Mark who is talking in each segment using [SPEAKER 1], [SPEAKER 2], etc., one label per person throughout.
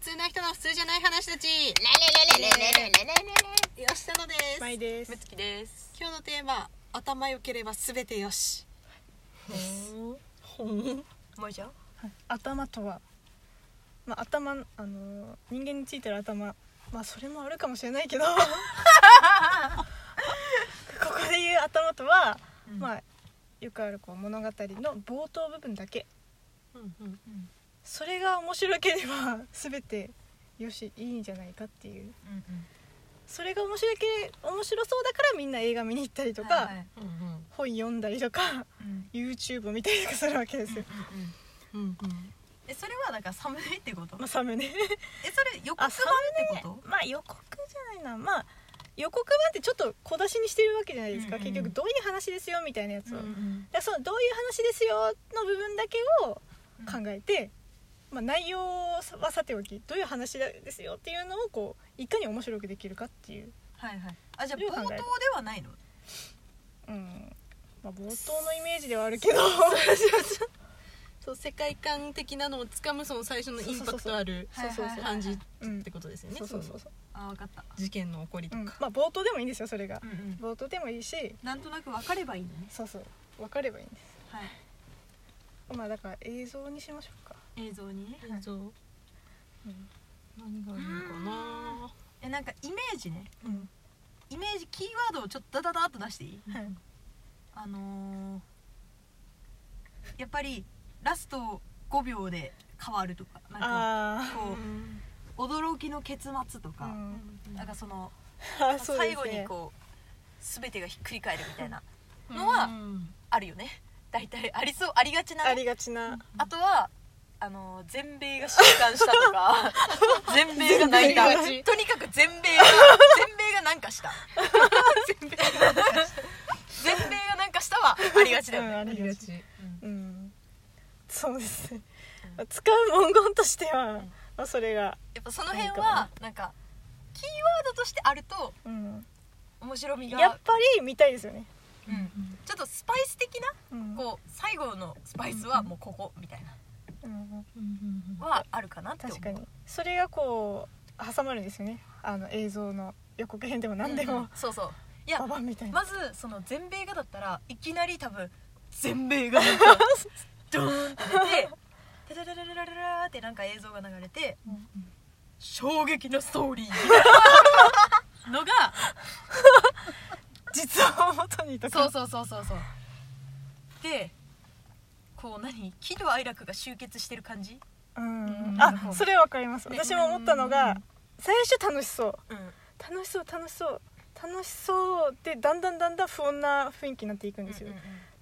[SPEAKER 1] 通な人の普通じゃない話たち吉田のです
[SPEAKER 2] まいです
[SPEAKER 3] むつきです
[SPEAKER 1] 今日のテーマ頭良ければ全てよし
[SPEAKER 3] もうじゃん
[SPEAKER 2] はい頭とは、まあ、頭あのー人間についてる頭まあそれもあるかもしれない けどここで言う頭とは、まあよくあるこう物語の冒頭部分だけそれが面白ければ全てよしいいんじゃないかっていうそれが面白けれ面白そうだからみんな映画見に行ったりとか、
[SPEAKER 3] はいはい
[SPEAKER 2] 本読んだりとか YouTube を見たりとかするわけですよ、
[SPEAKER 3] えそれはだからサムネってこと
[SPEAKER 2] まあ、サムネ
[SPEAKER 3] えそれ予告版ってこ
[SPEAKER 2] まあ予告じゃないなまあ予告版ってちょっと小出しにしてるわけじゃないですか、
[SPEAKER 3] うんうん
[SPEAKER 2] 結局どういう話ですよみたいなやつ
[SPEAKER 3] と
[SPEAKER 2] を、だからそのどういう話ですよの部分だけを考えて、まあ、内容はさておきどういう話ですよっていうのをこういかに面白くできるかっていう、
[SPEAKER 3] はいはいあじゃ
[SPEAKER 2] よく
[SPEAKER 3] あ
[SPEAKER 2] 考
[SPEAKER 3] 冒頭
[SPEAKER 2] える
[SPEAKER 3] ではないの
[SPEAKER 2] うんまあ、冒頭のイメージではあるけど
[SPEAKER 1] そう世界観的なのをつかむその最初のインパクトある
[SPEAKER 2] そうそうそう
[SPEAKER 1] 感じっ
[SPEAKER 2] うん
[SPEAKER 1] てことですよね
[SPEAKER 2] そうそうそうそう、
[SPEAKER 3] あわかった
[SPEAKER 1] 事件の起こりと
[SPEAKER 2] うん、ま
[SPEAKER 1] か
[SPEAKER 2] あ冒頭でもいいんですよそれが
[SPEAKER 3] うんうん
[SPEAKER 2] 冒頭でもいいし
[SPEAKER 3] なんとなくわかればいいのね
[SPEAKER 2] そうそう分かればいいんで
[SPEAKER 3] はい
[SPEAKER 2] すまあだから映像にしましょうか、
[SPEAKER 3] 映像にね
[SPEAKER 1] 映像
[SPEAKER 2] うん
[SPEAKER 1] 何があるのか
[SPEAKER 3] えなんかイメージね
[SPEAKER 2] うん
[SPEAKER 3] イメージキーワードをちょっとダダダっと出していい
[SPEAKER 2] はい
[SPEAKER 3] あのーやっぱりラスト5秒で変わるとかなんか
[SPEAKER 2] あ
[SPEAKER 1] な
[SPEAKER 3] こう驚きの結末と
[SPEAKER 2] あ、う
[SPEAKER 3] か、
[SPEAKER 2] ん
[SPEAKER 3] なんかその
[SPEAKER 2] あそうですね
[SPEAKER 3] 最後にこう全てがひっくり返るみたいな
[SPEAKER 1] うん
[SPEAKER 3] のはあるよね大体ありそうありがちなね
[SPEAKER 2] ありがちな
[SPEAKER 3] あとはあの全米が震撼したと か全米が泣いた
[SPEAKER 2] 全米が
[SPEAKER 3] とにかく全米が全米がなんかした 全米がなんかしたは ありがちだよ
[SPEAKER 2] うん
[SPEAKER 3] ね、
[SPEAKER 2] あ
[SPEAKER 1] あ
[SPEAKER 2] り
[SPEAKER 1] り
[SPEAKER 2] が
[SPEAKER 1] が
[SPEAKER 2] ち
[SPEAKER 1] ち
[SPEAKER 2] うんそうですね
[SPEAKER 3] う
[SPEAKER 2] 使う文言としては
[SPEAKER 3] ん
[SPEAKER 2] まあそれが
[SPEAKER 3] やっぱその辺
[SPEAKER 2] いいかもね
[SPEAKER 3] はなんかキーワードとしてあると
[SPEAKER 2] うん
[SPEAKER 3] 面白みが
[SPEAKER 2] やっぱり見たいですよね
[SPEAKER 3] うん、ちょっとスパイス的な
[SPEAKER 2] うん
[SPEAKER 3] こう最後のスパイスはもうここみたいな
[SPEAKER 2] うん
[SPEAKER 3] はあるかなって思う
[SPEAKER 2] 確かにそれがこう挟まるんですよねあの映像の予告編でも何で
[SPEAKER 3] うんう
[SPEAKER 2] も
[SPEAKER 3] んそうそういや
[SPEAKER 2] ババンみたいな
[SPEAKER 3] まずその全米がだったらいきなり多分全米が なんかドーンって出てタタタタタタタってなんか映像が流れて
[SPEAKER 2] うん
[SPEAKER 3] 衝撃のストーリーみたいなのが
[SPEAKER 2] 実話を元にと
[SPEAKER 3] そう
[SPEAKER 2] か
[SPEAKER 3] そうそうそうそうでこう何喜怒哀楽が集結してる感じ
[SPEAKER 2] うん
[SPEAKER 1] うん
[SPEAKER 2] あそれわかります
[SPEAKER 3] ね
[SPEAKER 2] 私も思ったの
[SPEAKER 3] う
[SPEAKER 2] が
[SPEAKER 3] ん
[SPEAKER 2] 最初楽しそう
[SPEAKER 3] うん
[SPEAKER 2] 楽しそう楽しそう楽しそうでだんだんだんだん不穏な雰囲気になっていくんですよ、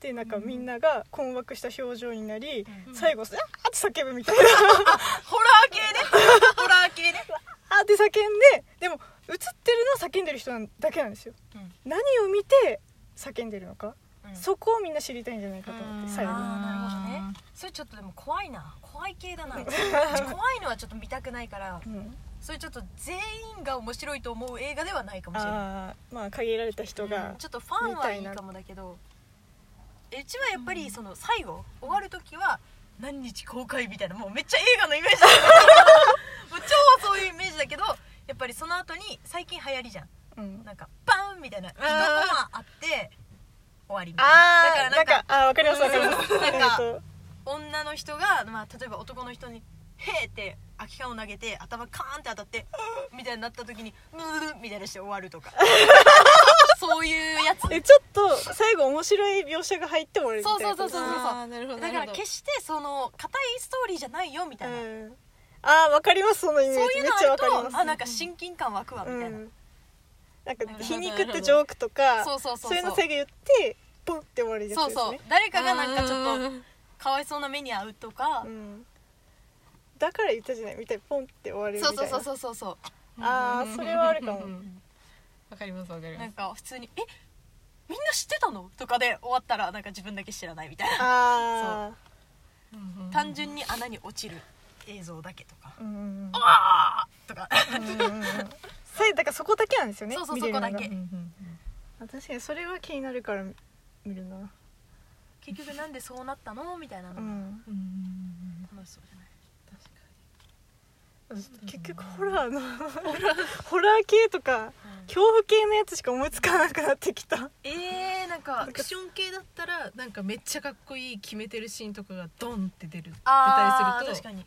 [SPEAKER 2] でなんかみんなが困惑した表情になり、
[SPEAKER 3] うん
[SPEAKER 2] 最後「あっ!」って叫ぶみたいな
[SPEAKER 3] ホラー系ねホラー系ね
[SPEAKER 2] あーって叫んででも映ってるのは叫んでる人なんだけなんですよ
[SPEAKER 3] うん
[SPEAKER 2] 何を見て叫んでるのか、
[SPEAKER 3] うん
[SPEAKER 2] そこをみんな知りたいんじゃないかと思って最後に
[SPEAKER 3] あーなるほどねそれちょっとでも怖いな怖い系だな怖いのはちょっと見たくないから
[SPEAKER 2] うん、
[SPEAKER 3] それちょっと全員が面白いと思う映画ではないかもしれない、
[SPEAKER 2] あーまあ限られた人
[SPEAKER 3] う
[SPEAKER 2] が
[SPEAKER 3] んちょっとファンはいいかもだけどえうちはやっぱりその最後終わる時は何日公開みたいなもうめっちゃ映画のイメージだけどもう超そういうイメージだけどやっぱりその後に最近流行りじゃん
[SPEAKER 2] うん
[SPEAKER 3] なんかバーンみたいな一コマあって終わりみたい
[SPEAKER 2] ああ
[SPEAKER 3] なだからなんか
[SPEAKER 2] なんかあーわかりますわかります
[SPEAKER 3] うんなんか
[SPEAKER 2] えーと
[SPEAKER 3] 女の人が、まあ、例えば男の人に「へーって空き缶を投げて頭カーンって当たって「みたいになった時に「ムー」みたいなして終わると かそういうやつ
[SPEAKER 2] えちょっと最後面白い描写が入ってもらえるみたいなこと
[SPEAKER 3] そうそうそう
[SPEAKER 1] あーなるほど
[SPEAKER 3] だから決してその硬いストーリーじゃないよみたいな、
[SPEAKER 2] うん、ああわかりますそのイメージ
[SPEAKER 3] そういう
[SPEAKER 2] めっ
[SPEAKER 3] の
[SPEAKER 2] ちゃ
[SPEAKER 3] あ
[SPEAKER 2] わ
[SPEAKER 3] る
[SPEAKER 2] かりま
[SPEAKER 3] とあ
[SPEAKER 2] す
[SPEAKER 3] なんか親近感湧くわみ
[SPEAKER 2] う
[SPEAKER 3] たいな、
[SPEAKER 2] ん、なんか
[SPEAKER 3] なるほど
[SPEAKER 2] 皮肉ってジョークとか
[SPEAKER 3] そうそうそうそう
[SPEAKER 2] いうの最後言ってポンって終わりです
[SPEAKER 3] そう
[SPEAKER 2] ね
[SPEAKER 3] そう誰かがなんかち
[SPEAKER 1] う
[SPEAKER 3] ょっ
[SPEAKER 1] ん
[SPEAKER 3] とかわいそうな目に遭うとか、
[SPEAKER 2] うん、だから言ったじゃないみたいなポンって終わるみた
[SPEAKER 3] そう
[SPEAKER 2] いな
[SPEAKER 3] そうそうそうそうそ
[SPEAKER 2] ああそれはあるかも
[SPEAKER 1] うんわかりますわかり
[SPEAKER 3] う
[SPEAKER 1] ま
[SPEAKER 3] な
[SPEAKER 1] す
[SPEAKER 3] んか普通に「えみんな知ってたの?」とかで終わったらなんか自分だけ知らないみたいな
[SPEAKER 2] あ
[SPEAKER 1] うんうん
[SPEAKER 3] 単純に穴に落ちる映像だけとか
[SPEAKER 2] あうんうんうん
[SPEAKER 3] 「ああ!」とか
[SPEAKER 2] うんうんうんさだからそこだけなんですよね
[SPEAKER 3] そうそう
[SPEAKER 2] 見れるのが
[SPEAKER 3] そこだ
[SPEAKER 1] うん
[SPEAKER 3] け
[SPEAKER 1] うん
[SPEAKER 2] あ確かにそれは気になるから見るな
[SPEAKER 3] 結局なんでそうなったのみたいなの
[SPEAKER 2] う
[SPEAKER 3] が
[SPEAKER 2] ん
[SPEAKER 1] うんうんうん
[SPEAKER 3] 楽しそうじゃない、
[SPEAKER 1] 確か
[SPEAKER 2] 結局ホラーの ホラー系とか恐怖系のやつしか思いつかなくなってきた
[SPEAKER 3] えー、なん
[SPEAKER 1] ア
[SPEAKER 3] か
[SPEAKER 1] クション系だったらなんかめっちゃかっこいい決めてるシーンとかがドンって出る出
[SPEAKER 3] あ
[SPEAKER 1] た
[SPEAKER 3] ー
[SPEAKER 1] りす
[SPEAKER 3] 確
[SPEAKER 1] ると
[SPEAKER 3] かに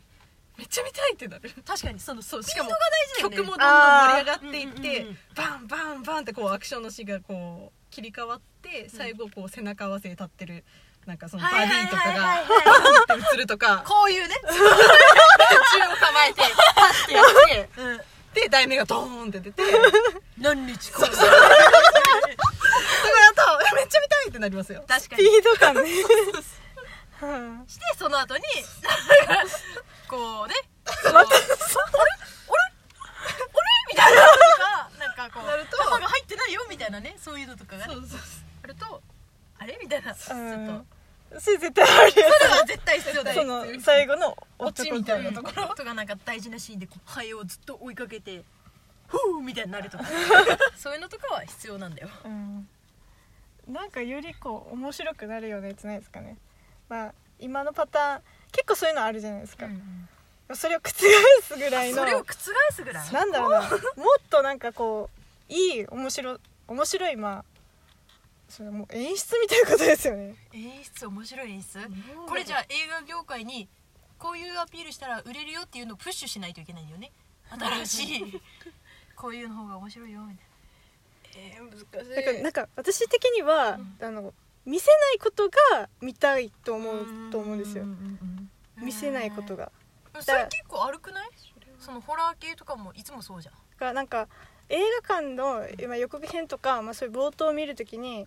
[SPEAKER 1] めっちゃ見たいってなる
[SPEAKER 3] 確かにその
[SPEAKER 1] そうしかも
[SPEAKER 3] 大事だよ
[SPEAKER 1] 曲
[SPEAKER 3] ね
[SPEAKER 1] もどんどん盛り上がっていっ
[SPEAKER 3] あー
[SPEAKER 1] てバンバンバンってこうアクションのシーンがこう切り替わって最後こう背中合わせで立ってるなんかそのバディとか
[SPEAKER 3] はいはい
[SPEAKER 1] が
[SPEAKER 3] はいはいはい
[SPEAKER 1] バンって映るとか
[SPEAKER 3] こ ういうね、
[SPEAKER 1] 銃を構えてパッてやって
[SPEAKER 3] う
[SPEAKER 1] で題名がドーンって出てそれだと
[SPEAKER 3] ん、何日か
[SPEAKER 1] めっちゃ見たいってなりますよ
[SPEAKER 3] 確か
[SPEAKER 2] スピ
[SPEAKER 3] に
[SPEAKER 2] ード感ねうん
[SPEAKER 3] してその後にこうねみたいなのがなんかこう
[SPEAKER 1] なると
[SPEAKER 3] 卵入ってないよみたいなねそういうのとかがね
[SPEAKER 1] そうそうそう
[SPEAKER 3] あるとあれみたいなちょっと
[SPEAKER 2] それ絶対ある
[SPEAKER 3] それは絶対必要だ
[SPEAKER 2] やつそ
[SPEAKER 3] よ
[SPEAKER 2] の最後の
[SPEAKER 1] オチみたいなところ
[SPEAKER 3] とかなんか大事なシーンでこうハエをずっと追いかけてふうみたいになるとかそういうのとかは必要なんだよ
[SPEAKER 2] うんなんかよりこう面白くなるようなやつないですかねまあ今のパターン結構そういうのあるじゃないですか、それを覆すぐらいの
[SPEAKER 3] それを覆すぐらい
[SPEAKER 2] なんだろうなもっとなんかこういい面白面白いまあそれもう演出みたいなことですよね
[SPEAKER 3] 演出面白い演出これじゃあ映画業界にこういうアピールしたら売れるよっていうのをプッシュしないといけないんだよね新しいこういうの方が面白いよみたいなえー、難
[SPEAKER 2] だから
[SPEAKER 3] しい
[SPEAKER 2] なんか私的には、あの見せないことが見たいと思うと思うんですよ見せないことが
[SPEAKER 3] うんそれ結構悪くないそのホラー系とかもいつもそうじゃん
[SPEAKER 2] だからなんか映画館のまあ予告編とか、まあ、そういう冒頭を見るときに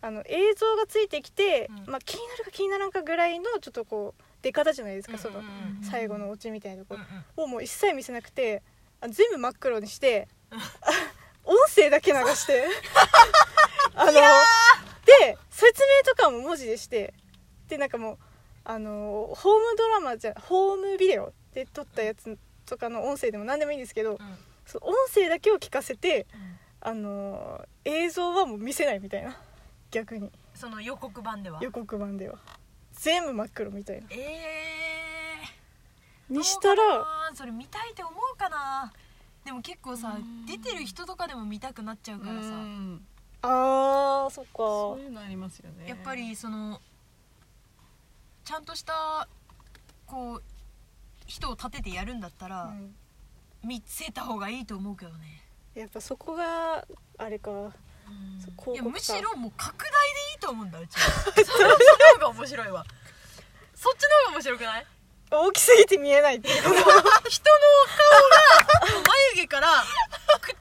[SPEAKER 2] あの映像がついてきて、
[SPEAKER 3] うん
[SPEAKER 2] まあ、気になるか気にならんかぐらいのちょっとこう出方じゃないですか、その
[SPEAKER 3] うんうんうん
[SPEAKER 2] 最後のオチみたいなとこ
[SPEAKER 3] うんうん
[SPEAKER 2] をもう一切見せなくてあ全部真っ黒にして 音声だけ流して あので説明とかも文字でしてでなんかもうあのホームドラマじゃホームビデオで撮ったやつとかの音声でも何でもいいんですけど、
[SPEAKER 3] うん
[SPEAKER 2] その音声だけを聞かせて
[SPEAKER 3] うん
[SPEAKER 2] あの映像はもう見せないみたいな逆に
[SPEAKER 3] その予告版では
[SPEAKER 2] 予告版では全部真っ黒みたいな
[SPEAKER 3] ええー
[SPEAKER 2] にし
[SPEAKER 3] ど
[SPEAKER 2] た
[SPEAKER 3] う
[SPEAKER 2] ら
[SPEAKER 3] かなそれ見たいって思うかなでも結構さ
[SPEAKER 1] うん
[SPEAKER 3] 出てる人とかでも見たくなっちゃうから
[SPEAKER 1] う
[SPEAKER 3] さ
[SPEAKER 1] ん
[SPEAKER 2] あーそっ
[SPEAKER 1] そ
[SPEAKER 2] か
[SPEAKER 1] ういうのありますよね
[SPEAKER 3] やっぱりそのちゃんとしたこう人を立ててやるんだった
[SPEAKER 2] う
[SPEAKER 3] ら
[SPEAKER 2] ん
[SPEAKER 3] 見せた方がいいと思うけどね、
[SPEAKER 2] やっぱそこがあれかそう広告
[SPEAKER 3] いや
[SPEAKER 2] か
[SPEAKER 3] むしろもう拡大でいいと思うんだうち はそっちの方が面白いわそっちの方が面白くない
[SPEAKER 2] 大きすぎて見えないっていうこと
[SPEAKER 3] 人の顔が眉毛から唇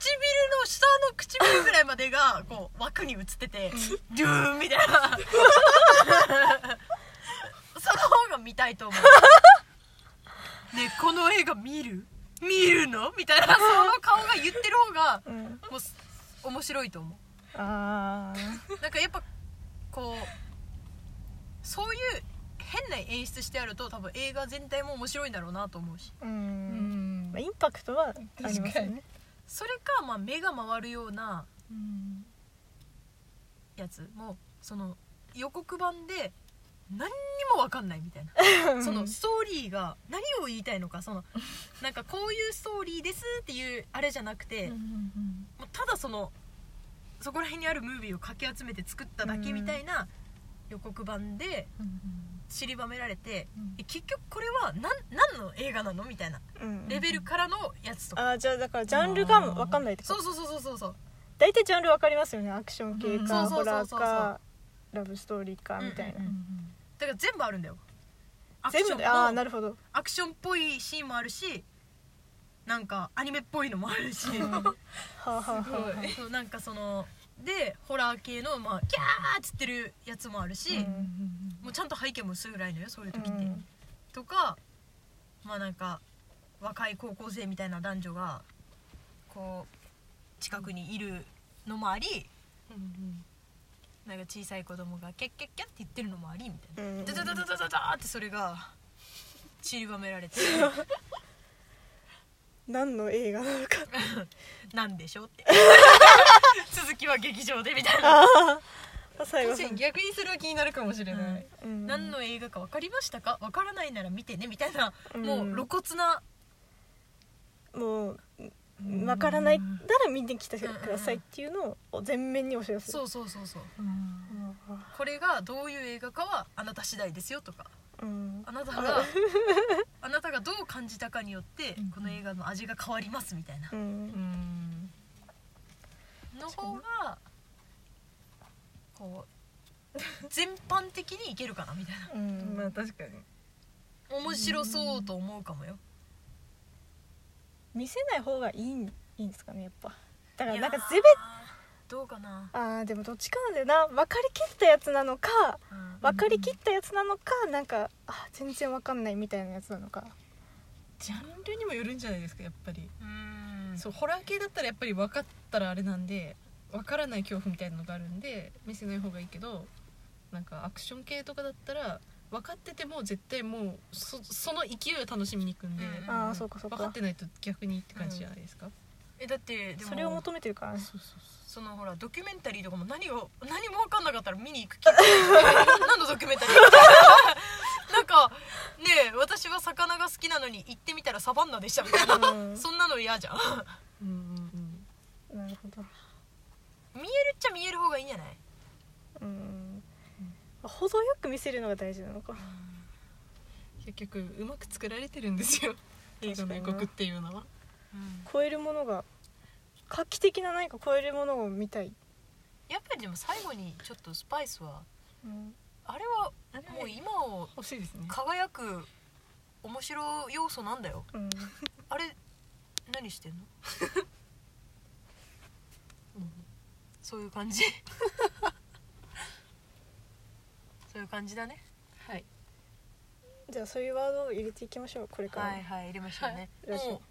[SPEAKER 3] の下の唇ぐらいまでがこう枠に映っててドゥーンみたいなその方が見たいと思うねこの映画見る見るのみたいなその顔が言ってる方が
[SPEAKER 2] うん、
[SPEAKER 3] もうす面白いと思
[SPEAKER 2] あ
[SPEAKER 3] うなんかやっぱこうそういう変な演出してあると多分映画全体も面白いんだろうなと思うし
[SPEAKER 2] ーう、
[SPEAKER 1] うんん
[SPEAKER 2] まあ、インパクトはありますよ
[SPEAKER 1] 確か
[SPEAKER 2] ね
[SPEAKER 1] に
[SPEAKER 3] それか、まあ、目が回るような
[SPEAKER 1] うん
[SPEAKER 3] やつもその予告版で何にも分かんないみたいなそのストーリーが何を言いたいのかそのなんかこういうストーリーですっていうあれじゃなくて、もうただそのそこら辺にあるムービーをかき集めて作っただけみたいな予告版で散りばめられて、
[SPEAKER 1] うん
[SPEAKER 3] え結局これは何何の映画なのみたいな
[SPEAKER 2] うん
[SPEAKER 3] レベルからのやつとか、
[SPEAKER 2] あーじゃあだからジャンルが分かんないってこ
[SPEAKER 3] そ
[SPEAKER 2] と
[SPEAKER 3] うそうそうそうそうそう
[SPEAKER 2] 大体ジャンル分かりますよねアクション系
[SPEAKER 3] う
[SPEAKER 2] か
[SPEAKER 3] んそ
[SPEAKER 2] ホ
[SPEAKER 3] うそ
[SPEAKER 2] ラ
[SPEAKER 3] うそう
[SPEAKER 2] ー
[SPEAKER 3] そう
[SPEAKER 2] かラブストーリーかみたい
[SPEAKER 3] うんうん
[SPEAKER 2] な
[SPEAKER 3] だから全部あるんだよアクショ
[SPEAKER 2] 全部
[SPEAKER 3] ン
[SPEAKER 2] でああ
[SPEAKER 3] と
[SPEAKER 2] なるほど
[SPEAKER 3] アクションっぽいシーンもあるしなんかアニメっぽいのもあるし
[SPEAKER 2] はあ、はあはあはあ
[SPEAKER 3] そうなんかそのでホラー系の、まあ、キャーっつってるやつもあるし、
[SPEAKER 2] うん
[SPEAKER 3] もうちゃんと背景も薄いぐらいのよそういう時って、
[SPEAKER 2] うん
[SPEAKER 3] とかまあなんか若い高校生みたいな男女がこう近くにいるのもありなんか小さい子供がキャッキャッキャッって言ってるのもありみたいな。
[SPEAKER 2] うん
[SPEAKER 3] ダダダダダダダーってそれが散りばめられて
[SPEAKER 2] 何の映画なのか
[SPEAKER 3] なんでしょうって 続きは劇場でみたいな
[SPEAKER 2] ああ最後
[SPEAKER 1] 確かに逆にそれは気になるかもしれない、
[SPEAKER 2] うん
[SPEAKER 3] 何の映画か分かりましたか分からないなら見てねみたいな、
[SPEAKER 2] うん
[SPEAKER 3] もう露骨な
[SPEAKER 2] わからないなら見に来てくださいっていうのを全面にお知らせ
[SPEAKER 3] そうそうそうそう
[SPEAKER 1] うん
[SPEAKER 3] これがどういう映画かはあなた次第ですよとか
[SPEAKER 2] うん
[SPEAKER 3] あなたがあなたがどう感じたかによって
[SPEAKER 1] うん
[SPEAKER 3] この映画の味が変わりますみたいな
[SPEAKER 2] うん
[SPEAKER 1] うん
[SPEAKER 3] の方がこう全般的にいけるかなみたいな
[SPEAKER 2] うん
[SPEAKER 1] まあ確かに
[SPEAKER 3] 面白そうと思うかもよ
[SPEAKER 2] 見せない方がいいんいいんですかねやっぱだからなんか
[SPEAKER 3] いやー
[SPEAKER 2] ずべ
[SPEAKER 3] どうかな、
[SPEAKER 2] あーでもどっちかなんだよな分かりきったやつなのか
[SPEAKER 3] うん
[SPEAKER 2] 分かりきったやつなのかなんかあ全然分かんないみたいなやつなのか
[SPEAKER 1] ジャンルにもよるんじゃないですかやっぱり、
[SPEAKER 3] うん
[SPEAKER 1] そうホラー系だったらやっぱり分かったらあれなんで分からない恐怖みたいなのがあるんで見せない方がいいけどなんかアクション系とかだったら分かってても絶対もうそその勢いを楽しみに行くんで、
[SPEAKER 3] うん
[SPEAKER 2] ああそうかそう
[SPEAKER 1] 分か
[SPEAKER 2] か
[SPEAKER 1] ってないと逆にって感じじゃないですか、
[SPEAKER 3] えだってでも
[SPEAKER 2] それを求めてるからね
[SPEAKER 1] そうそうそ
[SPEAKER 3] そのほらドキュメンタリーとかも何を何も分かんなかったら見に行く気何のドキュメンタリー なんかねえ私は魚が好きなのに行ってみたらサバンナでしたみたいな
[SPEAKER 2] うん
[SPEAKER 3] そんなの嫌じゃん
[SPEAKER 1] ううんうんうん
[SPEAKER 2] なるほど
[SPEAKER 3] 見えるっちゃ見える方がいいんじゃない
[SPEAKER 2] うん程よく見せるのが大事なのか
[SPEAKER 1] 結局うまく作られてるんですよ映画の予告っていうのは
[SPEAKER 2] 超えるものが画期的な何か超えるものを見たい、
[SPEAKER 3] やっぱりでも最後にちょっとスパイスは
[SPEAKER 2] うん、
[SPEAKER 3] あれは
[SPEAKER 1] あれは
[SPEAKER 3] もう今を
[SPEAKER 1] 欲しいですね
[SPEAKER 3] 輝く面白要素なんだよ
[SPEAKER 2] うん
[SPEAKER 3] あれ何して んの、うんそういう感 じそういう感じだね
[SPEAKER 1] はい
[SPEAKER 2] じゃあそういうワードを入れていきましょうこれからも、
[SPEAKER 3] はいはい入れましょうね、
[SPEAKER 2] はい
[SPEAKER 3] も